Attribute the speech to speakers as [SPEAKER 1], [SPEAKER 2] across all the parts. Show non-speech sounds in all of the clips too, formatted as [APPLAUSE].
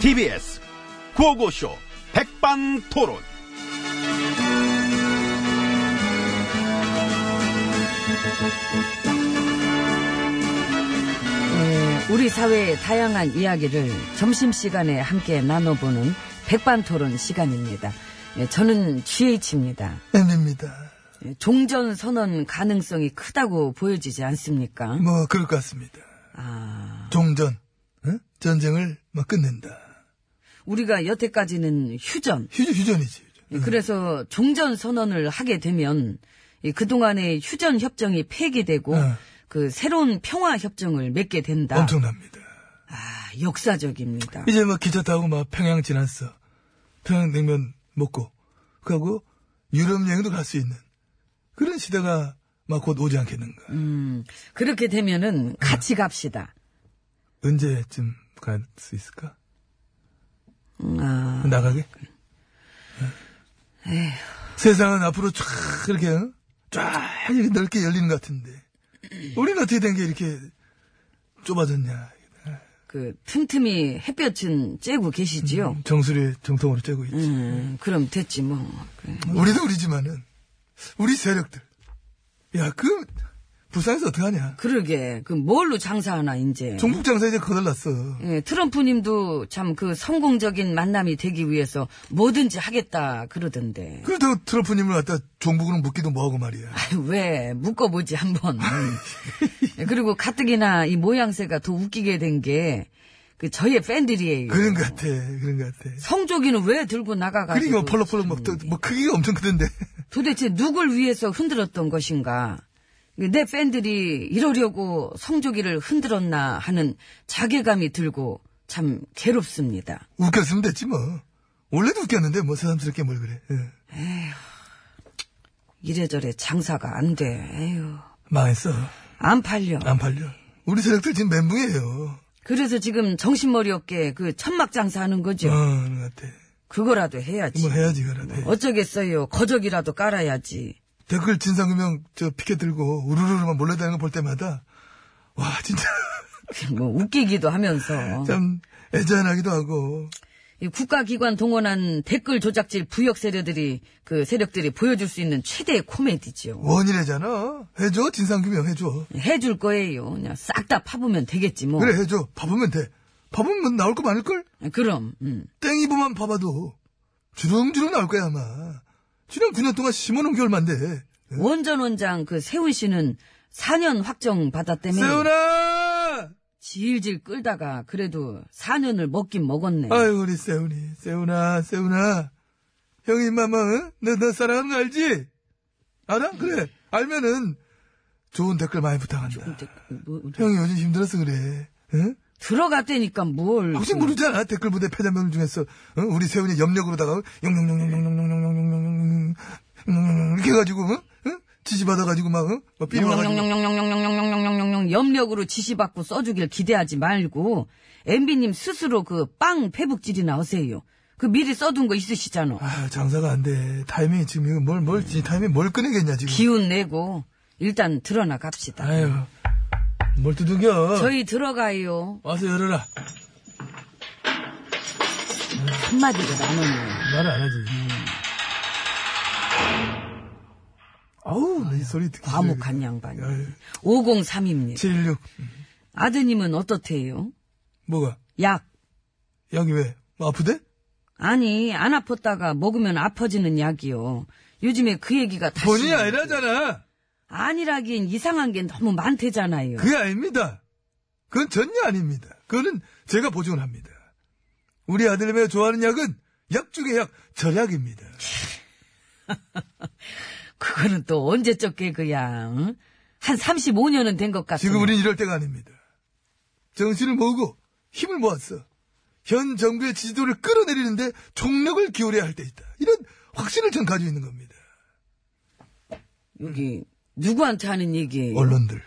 [SPEAKER 1] TBS 구호고쇼 백반토론.
[SPEAKER 2] 네, 우리 사회의 다양한 이야기를 점심시간에 함께 나눠보는 백반토론 시간입니다. 예, 저는 GH입니다. 예,
[SPEAKER 3] N입니다.
[SPEAKER 2] 종전 선언 가능성이 크다고 보여지지 않습니까?
[SPEAKER 3] 뭐 그럴 것 같습니다.
[SPEAKER 2] 아,
[SPEAKER 3] 종전, 응? 전쟁을 뭐 끝낸다.
[SPEAKER 2] 우리가 여태까지는 휴전.
[SPEAKER 3] 휴전, 휴전이지. 휴전.
[SPEAKER 2] 예, 그래서 종전 선언을 하게 되면 이 그동안의 휴전 협정이 폐기되고
[SPEAKER 3] 어.
[SPEAKER 2] 그 새로운 평화 협정을 맺게 된다.
[SPEAKER 3] 엄청납니다.
[SPEAKER 2] 아, 역사적입니다.
[SPEAKER 3] 이제 뭐 기차 타고 막 평양 지났어. 평양 냉면 먹고 그하고 유럽 여행도 갈 수 있는 그런 시대가 막 곧 오지 않겠는가.
[SPEAKER 2] 음, 그렇게 되면은 같이 갑시다.
[SPEAKER 3] 언제쯤 갈 수 있을까?
[SPEAKER 2] 음, 아,
[SPEAKER 3] 나가게? 세상은 앞으로 쫙 이렇게 응? 쫙 이렇게 넓게 열리는 것 같은데 우리는 어떻게 된 게 이렇게 좁아졌냐?
[SPEAKER 2] 그 틈틈이 햇볕은 쬐고 계시지요?
[SPEAKER 3] 정수리 정통으로 째고 있지.
[SPEAKER 2] 음, 그럼 됐지 뭐. 그래.
[SPEAKER 3] 우리도 우리지만은 우리 세력들. 야, 그 부산에서 어떡하냐?
[SPEAKER 2] 그러게 그 뭘로 장사하나 이제.
[SPEAKER 3] 종북 장사 이제 거덜났어.
[SPEAKER 2] 예, 트럼프님도 참 그 성공적인 만남이 되기 위해서 뭐든지 하겠다 그러던데.
[SPEAKER 3] 그래도 트럼프님을 갖다 종북으로 묶기도 뭐하고 말이야.
[SPEAKER 2] 아유, 왜 묶어보지 한번. 예, 그리고 가뜩이나 이 모양새가 더 웃기게 된 게 그 저의 팬들이에요.
[SPEAKER 3] 그런 것 같아, 그런 것 같아.
[SPEAKER 2] 성조기는 왜 들고 나가가지고?
[SPEAKER 3] 그러니까 뭐 펄럭펄럭 막, 또- 뭐 크기가 엄청 크던데. [LAUGHS]
[SPEAKER 2] 도대체 누굴 위해서 흔들었던 것인가? 내 팬들이 이러려고 성조기를 흔들었나 하는 자괴감이 들고 참 괴롭습니다.
[SPEAKER 3] 웃겼으면 됐지 뭐. 원래도 웃겼는데 뭐 새삼스럽게 뭘 그래. 예.
[SPEAKER 2] 이래저래 장사가 안 돼. 에휴,
[SPEAKER 3] 망했어.
[SPEAKER 2] 안 팔려.
[SPEAKER 3] 안 팔려. 우리 세력들 지금 멘붕이에요.
[SPEAKER 2] 그래서 지금 정신머리 없게 그 천막 장사하는 거죠.
[SPEAKER 3] 어, 그런 것 같아.
[SPEAKER 2] 그거라도 해야지.
[SPEAKER 3] 뭐 해야지, 그래도.
[SPEAKER 2] 네.
[SPEAKER 3] 해.
[SPEAKER 2] 어쩌겠어요. 거적이라도 깔아야지.
[SPEAKER 3] 댓글 진상규명 저 피켓 들고 우르르르만 몰려다니는 거 볼 때마다 와 진짜
[SPEAKER 2] 뭐 웃기기도 하면서
[SPEAKER 3] 참 애잔하기도 하고
[SPEAKER 2] 이 국가기관 동원한 댓글 조작질 부역 세력들이 그 세력들이 보여줄 수 있는 최대의 코미디지요.
[SPEAKER 3] 원인애잖아 해줘 진상규명 해줘
[SPEAKER 2] 해줄 거예요. 그냥 싹 다 파보면 되겠지 뭐.
[SPEAKER 3] 그래 해줘 봐보면 돼 봐보면 나올 거 많을걸
[SPEAKER 2] 그럼, 음.
[SPEAKER 3] 땡이보만 봐봐도 주렁주렁 나올 거야 아마 지난 9년 동안 심어놓은 게 얼만데
[SPEAKER 2] 원전 원장 그 세훈 씨는 4년 확정 받았다며
[SPEAKER 3] 세훈아
[SPEAKER 2] 질질 끌다가 그래도 4년을 먹긴 먹었네.
[SPEAKER 3] 아유 우리 세훈이 세훈아 세훈아 형이 마마 뭐, 너너 사랑하는 거 알지 알아 그래 알면은 좋은 댓글 많이 부탁한다
[SPEAKER 2] 근데 뭐, 뭐,
[SPEAKER 3] 형이 요즘 힘들어서 그래. 응?
[SPEAKER 2] 들어갔다니까 뭘.
[SPEAKER 3] 혹시
[SPEAKER 2] 그-
[SPEAKER 3] 모르잖아 댓글 부대 패자명 중에서 응? 우리 세훈이 염력으로다가 영영영영영영영영영영 이렇게 해가지고 응? 응? 지시 받아가지고 막 응? 막 삐리 와가지고
[SPEAKER 2] 영영영영영영영영영영영영 염력으로 지시받고 써주길 기대하지 말고 MB님 스스로 그 빵 페북질이나 하세요. 그 미리 써둔 거 있으시잖아.
[SPEAKER 3] 아 장사가 안 돼 타이밍이 지금 이거 뭘 뭘 타이밍 뭘 꺼내겠냐 지금
[SPEAKER 2] 기운 내고 일단 드러나 갑시다.
[SPEAKER 3] 아유 뭘 두둥겨
[SPEAKER 2] 저희 들어가요.
[SPEAKER 3] 와서 열어라
[SPEAKER 2] 한마디로 나누네요.
[SPEAKER 3] 말을 안 하지 아우 나이 소리 듣기 싫어.
[SPEAKER 2] 과묵한 양반이.
[SPEAKER 3] 아유.
[SPEAKER 2] 503입니다.
[SPEAKER 3] 76
[SPEAKER 2] 아드님은 어떻대요?
[SPEAKER 3] 뭐가
[SPEAKER 2] 약.
[SPEAKER 3] 여기 왜 뭐, 아프대?
[SPEAKER 2] 아니, 안 아팠다가 먹으면 아파지는 약이요. 요즘에 그 얘기가 다시.
[SPEAKER 3] 본인이 아니라잖아
[SPEAKER 2] 아니라긴 이상한 게 너무 많대잖아요.
[SPEAKER 3] 그게 아닙니다. 그건 전혀 아닙니다. 그거는 제가 보증을 합니다. 우리 아들님의 좋아하는 약은 약 중의 약, 절약입니다.
[SPEAKER 2] 그... 그거는 또 언제적 개그야. 응? 한 35년은 된 것 같아.
[SPEAKER 3] 지금 우린 이럴 때가 아닙니다. 정신을 모으고 힘을 모았어. 현 정부의 지지도를 끌어내리는데 총력을 기울여야 할 때 있다. 이런 확신을 전 가지고 있는 겁니다.
[SPEAKER 2] 여기 누구한테 하는 얘기예요?
[SPEAKER 3] 언론들.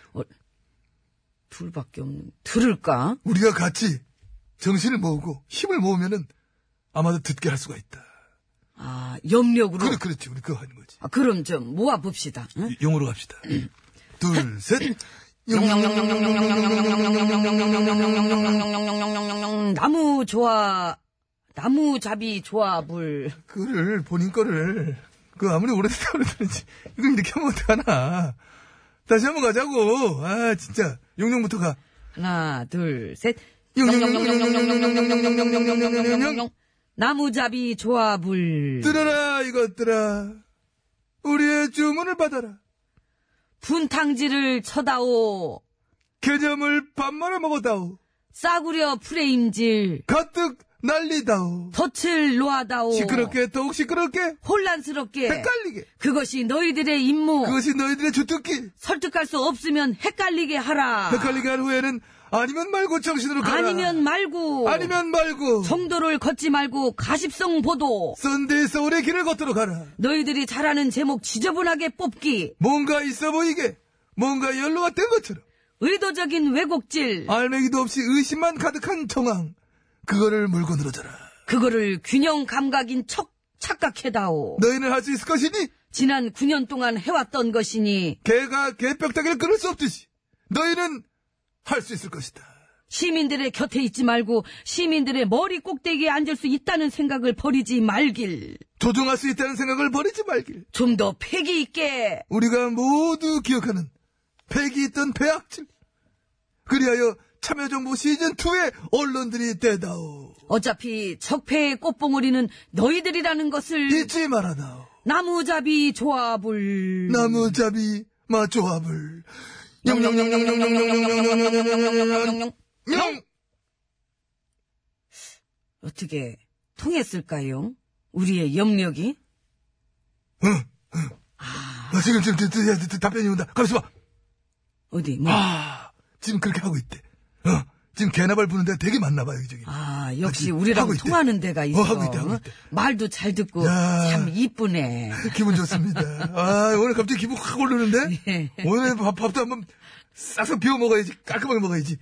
[SPEAKER 2] 둘밖에 없는. 들을까?
[SPEAKER 3] 우리가 같이 정신을 모으고 힘을 모으면은 아마도 듣게 할 수가 있다.
[SPEAKER 2] 아, 염력으로.
[SPEAKER 3] 그래, 그렇지. 우리 그거 하는 거지.
[SPEAKER 2] 아, 그럼 좀 모아 봅시다. 응?
[SPEAKER 3] 용으로 갑시다. 둘, 셋.
[SPEAKER 2] 나무 좋아. 나무 잡이 조합을
[SPEAKER 3] 그를 본인 거를 그 아무리 오래됐다 그러든지 이걸 이렇게 하면 어떡하나. 다시 한번 가자고. 아 진짜 용용부터 가.
[SPEAKER 2] 하나, 둘, 셋.
[SPEAKER 3] 용용용용용용용용용용용용용용용용용용.
[SPEAKER 2] 나무잡이 조합을
[SPEAKER 3] 들어라 이것들아. 우리의 주문을 받아라.
[SPEAKER 2] 분탕질을 쳐다오
[SPEAKER 3] 개점을 밥 말아 먹었다오.
[SPEAKER 2] 싸구려 프레임질
[SPEAKER 3] 가뜩 난리다오.
[SPEAKER 2] 덫을 놓아다오
[SPEAKER 3] 시끄럽게 더욱 시끄럽게
[SPEAKER 2] 혼란스럽게
[SPEAKER 3] 헷갈리게.
[SPEAKER 2] 그것이 너희들의 임무
[SPEAKER 3] 그것이 너희들의 주특기.
[SPEAKER 2] 설득할 수 없으면 헷갈리게 하라
[SPEAKER 3] 헷갈리게 한 후에는 아니면 말고 정신으로 가라.
[SPEAKER 2] 아니면 말고
[SPEAKER 3] 아니면 말고.
[SPEAKER 2] 정도를 걷지 말고 가십성 보도
[SPEAKER 3] 썬데이 서울의 길을 걷도록 하라.
[SPEAKER 2] 너희들이 잘하는 제목 지저분하게 뽑기
[SPEAKER 3] 뭔가 있어 보이게, 뭔가 연로가 된 것처럼,
[SPEAKER 2] 의도적인 왜곡질
[SPEAKER 3] 알맹이도 없이 의심만 가득한 정황, 그거를 물건으로 줘라.
[SPEAKER 2] 그거를 균형 감각인 척 착각해다오
[SPEAKER 3] 너희는 할 수 있을 것이니,
[SPEAKER 2] 지난 9년 동안 해왔던 것이니
[SPEAKER 3] 개가 개벽다기를 끊을 수 없듯이, 너희는 할 수 있을 것이다.
[SPEAKER 2] 시민들의 곁에 있지 말고 시민들의 머리 꼭대기에 앉을 수 있다는 생각을 버리지 말길
[SPEAKER 3] 조종할 수 있다는 생각을 버리지 말길.
[SPEAKER 2] 좀 더 패기 있게
[SPEAKER 3] 우리가 모두 기억하는 팩이 있던 배악질. 그리하여 참여정부 시즌2의 언론들이 되다오.
[SPEAKER 2] 어차피 적폐의 꽃봉오리는 너희들이라는 것을
[SPEAKER 3] 잊지 말아다오.
[SPEAKER 2] 나무잡이 조합을
[SPEAKER 3] 나무잡이 마조합을.
[SPEAKER 2] 영영영영영영영영영영영영영영영
[SPEAKER 3] 영!
[SPEAKER 2] 어떻게 통했을까요? 우리의 염력이
[SPEAKER 3] 응, 응. 아, 지금, 지금, 지금, 지금, 지금 답변이 온다. 가만있어 봐.
[SPEAKER 2] 어디 뭐
[SPEAKER 3] 아, 지금 그렇게 하고 있대. 어, 지금 개나발 부는 데가 되게 많나 봐요, 여기.
[SPEAKER 2] 아, 역시
[SPEAKER 3] 아, 지금
[SPEAKER 2] 우리랑
[SPEAKER 3] 하고 있대.
[SPEAKER 2] 통하는 데가 있어.
[SPEAKER 3] 어, 하고 있대, 하고 있대.
[SPEAKER 2] 말도 잘 듣고
[SPEAKER 3] 야.
[SPEAKER 2] 참 이쁘네.
[SPEAKER 3] 기분 좋습니다.
[SPEAKER 2] [LAUGHS]
[SPEAKER 3] 아, 오늘 갑자기 기분 확 오르는데?
[SPEAKER 2] 예.
[SPEAKER 3] 오늘 밥, 밥도 한번 싹싹 비워 먹어야지. 깔끔하게 먹어야지.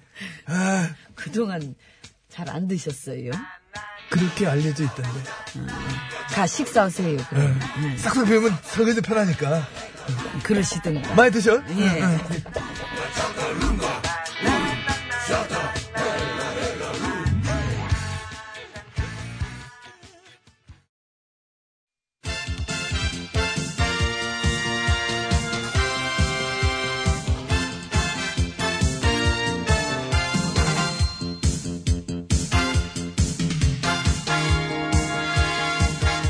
[SPEAKER 3] 아,
[SPEAKER 2] 그동안 잘 안 드셨어요.
[SPEAKER 3] 그렇게 알려져 있던데.
[SPEAKER 2] 가 식사하세요. 그럼.
[SPEAKER 3] 싹싹 비우면 설거지 편하니까. 네.
[SPEAKER 2] 그러시든가.
[SPEAKER 3] 많이 드셔.
[SPEAKER 2] 예.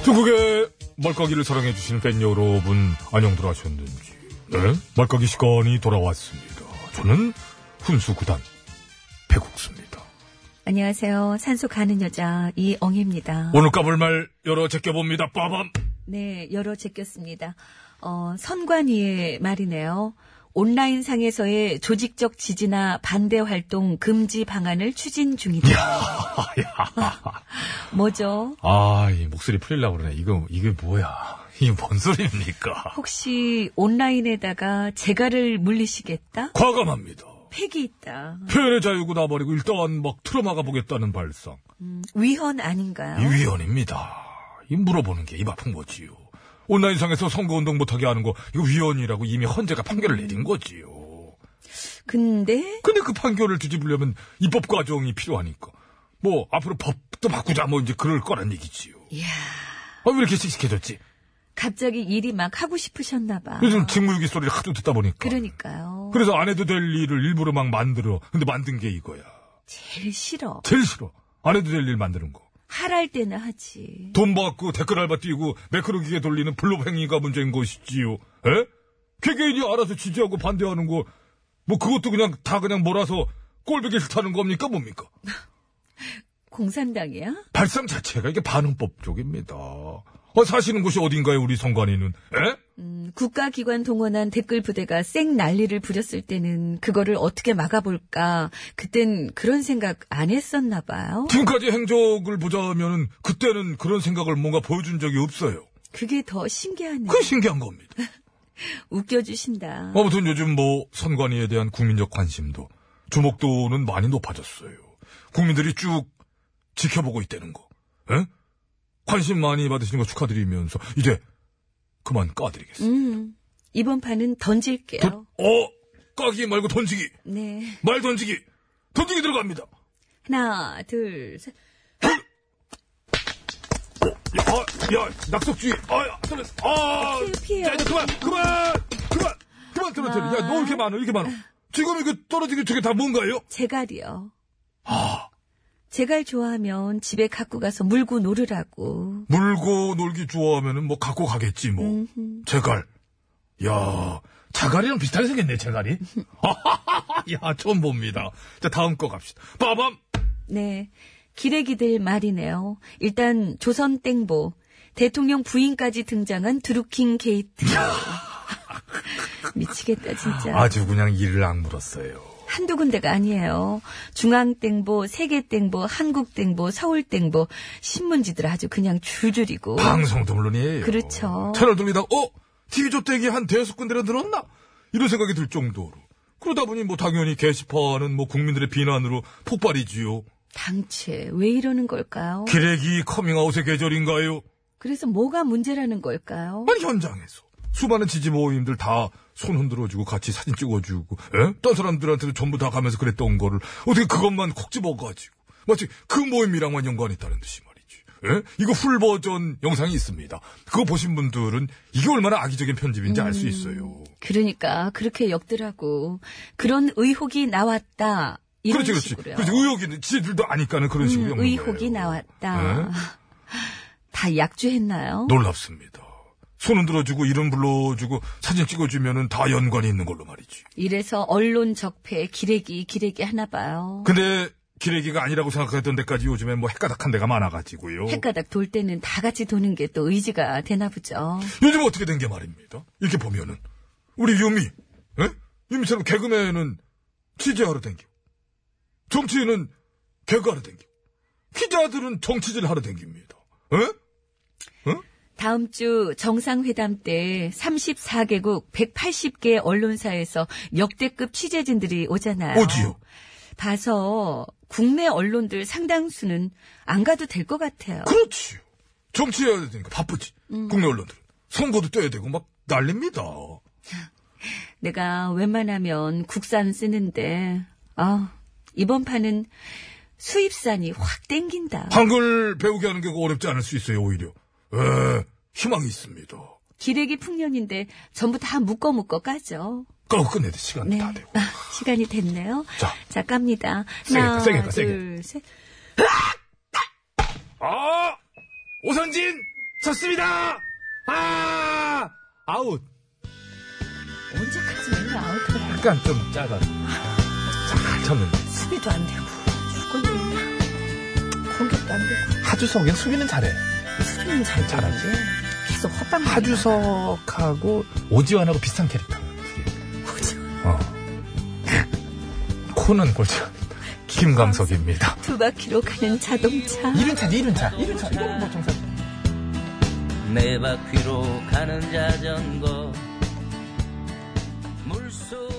[SPEAKER 4] 중국의 말까기를 사랑해주시는 팬 여러분, 안녕들 하셨는지. 네, 말까기 시간이 돌아왔습니다. 저는 훈수구단, 배국수입니다.
[SPEAKER 5] 안녕하세요. 산소 가는 여자 이엉입니다.
[SPEAKER 4] 오늘 까불 말 열어 제껴봅니다. 빠밤!
[SPEAKER 5] 네, 여러 제꼈습니다. 어, 선관위의 말이네요. 온라인 상에서의 조직적 지지나 반대 활동 금지 방안을
[SPEAKER 4] [LAUGHS]
[SPEAKER 5] 추진 중이다. 뭐죠?
[SPEAKER 4] 아, 이 목소리 풀리려고 그러네. 이거, 이게 뭐야. 이게 뭔 소리입니까?
[SPEAKER 5] 혹시 온라인에다가 재갈을 물리시겠다?
[SPEAKER 4] 과감합니다.
[SPEAKER 5] 팩이 있다.
[SPEAKER 4] 표현의 자유구나 버리고 일단 막 틀어막아 보겠다는 발상.
[SPEAKER 5] 음, 위헌 아닌가요?
[SPEAKER 4] 이 위헌입니다. 이 물어보는 게 입 아픈 거지요. 온라인상에서 선거운동 못하게 하는 거, 이거 위헌이라고 이미 헌재가 판결을 내린 거지요.
[SPEAKER 5] 근데
[SPEAKER 4] 근데 그 판결을 뒤집으려면 입법 과정이 필요하니까. 뭐, 앞으로 법도 바꾸자, 뭐, 이제 그럴 거란 얘기지요.
[SPEAKER 5] 이야.
[SPEAKER 4] 아, 왜 이렇게 씩씩해졌지?
[SPEAKER 5] 갑자기 일이 막 하고 싶으셨나 봐.
[SPEAKER 4] 요즘 직무유기 소리를 하도 듣다 보니까.
[SPEAKER 5] 어. 그러니까요.
[SPEAKER 4] 그래서 안 해도 될 일을 일부러 막 만들어. 근데 만든 게 이거야.
[SPEAKER 5] 제일 싫어.
[SPEAKER 4] 제일 싫어. 안 해도 될 일 만드는 거.
[SPEAKER 5] 하랄 때나 하지.
[SPEAKER 4] 돈 받고 댓글 알바 뛰고 매크로 기계 돌리는 불법 행위가 문제인 것이지요. 에? 개개인이 알아서 지지하고 반대하는 거, 뭐 그것도 그냥 다 그냥 몰아서 꼴보기 싫다는 겁니까 뭡니까?
[SPEAKER 5] 공산당이야?
[SPEAKER 4] 발상 자체가 이게 반응법 쪽입니다. 어, 사시는 곳이 어딘가에 우리 선관위는, 에?
[SPEAKER 5] 음,
[SPEAKER 2] 국가기관 동원한 댓글 부대가 쌩 난리를 부렸을 때는 그거를 어떻게 막아볼까. 그땐 그런 생각 안 했었나 봐요.
[SPEAKER 3] 지금까지 행적을 보자면은 그때는 그런 생각을 뭔가 보여준 적이 없어요.
[SPEAKER 2] 그게 더 신기하네요.
[SPEAKER 3] 그게 신기한 겁니다.
[SPEAKER 2] 웃겨주신다.
[SPEAKER 3] 아무튼 요즘 뭐 선관위에 대한 국민적 관심도 주목도는 많이 높아졌어요. 국민들이 쭉 지켜보고 있다는 거. 예? 관심 많이 받으시는 거 축하드리면서 이제 그만 까드리겠습니다.
[SPEAKER 2] 음, 이번 판은 던질게요.
[SPEAKER 3] 어? 까기 말고 던지기.
[SPEAKER 2] 네.
[SPEAKER 3] 말 던지기. 던지기 들어갑니다.
[SPEAKER 2] 하나, 둘, 셋.
[SPEAKER 3] 야, 아, 야, 낙석주의. 아, 야, 떨어졌어. 아,
[SPEAKER 2] 피해요, 피해요.
[SPEAKER 3] 자, 이제 그만, 그만, 그만, 그만 떨어뜨려. 야, 너 이렇게 많아, 이렇게 많아. 지금 이거 떨어지기 저게 다 뭔가요?
[SPEAKER 2] 제갈이요. 제갈 좋아하면 집에 갖고 가서 물고 놀으라고.
[SPEAKER 3] 물고 놀기 좋아하면은 뭐 갖고 가겠지 뭐. 제갈. 야, 자갈이랑 비슷하게 생겼네 제갈이. [LAUGHS] 야, 처음 봅니다. 자, 다음 거 갑시다. 빠밤.
[SPEAKER 2] 네. 기레기들 말이네요. 일단 조선 땡보. 대통령 부인까지 등장한 드루킹 게이트. [LAUGHS] 미치겠다 진짜.
[SPEAKER 3] 아주 그냥 이를 악물었어요.
[SPEAKER 2] 한두 군데가 아니에요. 중앙땡보, 세계땡보, 한국땡보, 서울땡보 신문지들 아주 그냥 줄줄이고.
[SPEAKER 3] 방송도 물론이에요.
[SPEAKER 2] 그렇죠.
[SPEAKER 3] 채널 돌리다가 어 TV 조대기 한 대여섯 군데나 늘었나 이런 생각이 들 정도로. 그러다 보니 뭐 당연히 게시판은 뭐 국민들의 비난으로 폭발이지요.
[SPEAKER 2] 당최 왜 이러는 걸까요?
[SPEAKER 3] 기레기 커밍아웃의 계절인가요?
[SPEAKER 2] 그래서 뭐가 문제라는 걸까요?
[SPEAKER 3] 아니 현장에서 수많은 지지 모임들 다 손 흔들어주고 같이 사진 찍어주고 예? 딴 사람들한테도 전부 다 가면서 그랬던 거를 어떻게 그것만 콕 집어가지고 마치 그 모임이랑만 연관이 있다는 듯이 말이지 예? 이거 풀 버전 영상이 있습니다 그거 보신 분들은 이게 얼마나 악의적인 편집인지 알
[SPEAKER 2] 음,
[SPEAKER 3] 수 있어요
[SPEAKER 2] 그러니까 그렇게 역들하고 그런 의혹이 나왔다. 이런
[SPEAKER 3] 그렇지 그렇지
[SPEAKER 2] 식으로요.
[SPEAKER 3] 그렇지 의혹이 지들도 아니까는 그런 식으로
[SPEAKER 2] 음,
[SPEAKER 3] 엮는
[SPEAKER 2] 의혹이
[SPEAKER 3] 거예요.
[SPEAKER 2] 나왔다.
[SPEAKER 3] 예?
[SPEAKER 2] [LAUGHS] 다 약주했나요?
[SPEAKER 3] 놀랍습니다 손 흔들어주고 이름 불러주고 사진 찍어주면은 다 연관이 있는 걸로 말이지
[SPEAKER 2] 이래서 언론 적폐 기레기 기레기 하나 봐요.
[SPEAKER 3] 근데 기레기가 아니라고 생각했던 데까지 요즘에 뭐 헷가닥한 데가 많아가지고요.
[SPEAKER 2] 헷가닥 돌 때는 다 같이 도는 게 또 의지가 되나 보죠.
[SPEAKER 3] 요즘 어떻게 된 게 말입니다. 이렇게 보면은 우리 유미, 예? 유미처럼 개그맨은 취재하러 댕기고 정치인은 개그하러 댕기고 기자들은 정치질 하러 댕깁니다. 예?
[SPEAKER 2] 다음 주 정상회담 때 34개국 180개 언론사에서 역대급 취재진들이 오잖아요.
[SPEAKER 3] 오지요.
[SPEAKER 2] 봐서 국내 언론들 상당수는 안 가도 될 것 같아요.
[SPEAKER 3] 그렇지요. 정치해야 되니까 바쁘지.
[SPEAKER 2] 음.
[SPEAKER 3] 국내 언론들은 선거도 떼야 되고 막 난립니다.
[SPEAKER 2] 내가 웬만하면 국산 쓰는데 아 이번 판은 수입산이 확 땡긴다.
[SPEAKER 3] 한글 배우게 하는 게 어렵지 않을 수 있어요 오히려. 예, 희망이 있습니다.
[SPEAKER 2] 기레기 풍년인데 전부 다 묶어 묶어 까죠.
[SPEAKER 3] 까고 끝내야 돼. 시간
[SPEAKER 2] 네.
[SPEAKER 3] 다 되고.
[SPEAKER 2] 아, 시간이 됐네요.
[SPEAKER 3] 자.
[SPEAKER 2] 갑니다.
[SPEAKER 3] 세게
[SPEAKER 2] 하나,
[SPEAKER 3] 가, 세게 가, 세게.
[SPEAKER 2] 둘, 셋.
[SPEAKER 6] 어,
[SPEAKER 3] 아! 오선진! 졌습니다! 아! 아웃!
[SPEAKER 2] 언제까지 맨날 아웃을 해?
[SPEAKER 3] 약간 좀 작아. 잘 쳤는데.
[SPEAKER 2] 수비도 안 되고 죽었네. 공격도 안 되고
[SPEAKER 6] 하주석이랑 수비는 잘해.
[SPEAKER 2] 수비는 잘
[SPEAKER 6] 잘하지.
[SPEAKER 2] 계속 헛방.
[SPEAKER 6] 하주석하고 오지환하고 비슷한 캐릭터. 어. 코는 골치. 김광석입니다.
[SPEAKER 2] 두 바퀴로 가는 자동차.
[SPEAKER 6] 이륜차지이륜차이륜차 이런 거 정상.
[SPEAKER 7] 네 바퀴로 가는 자전거 물속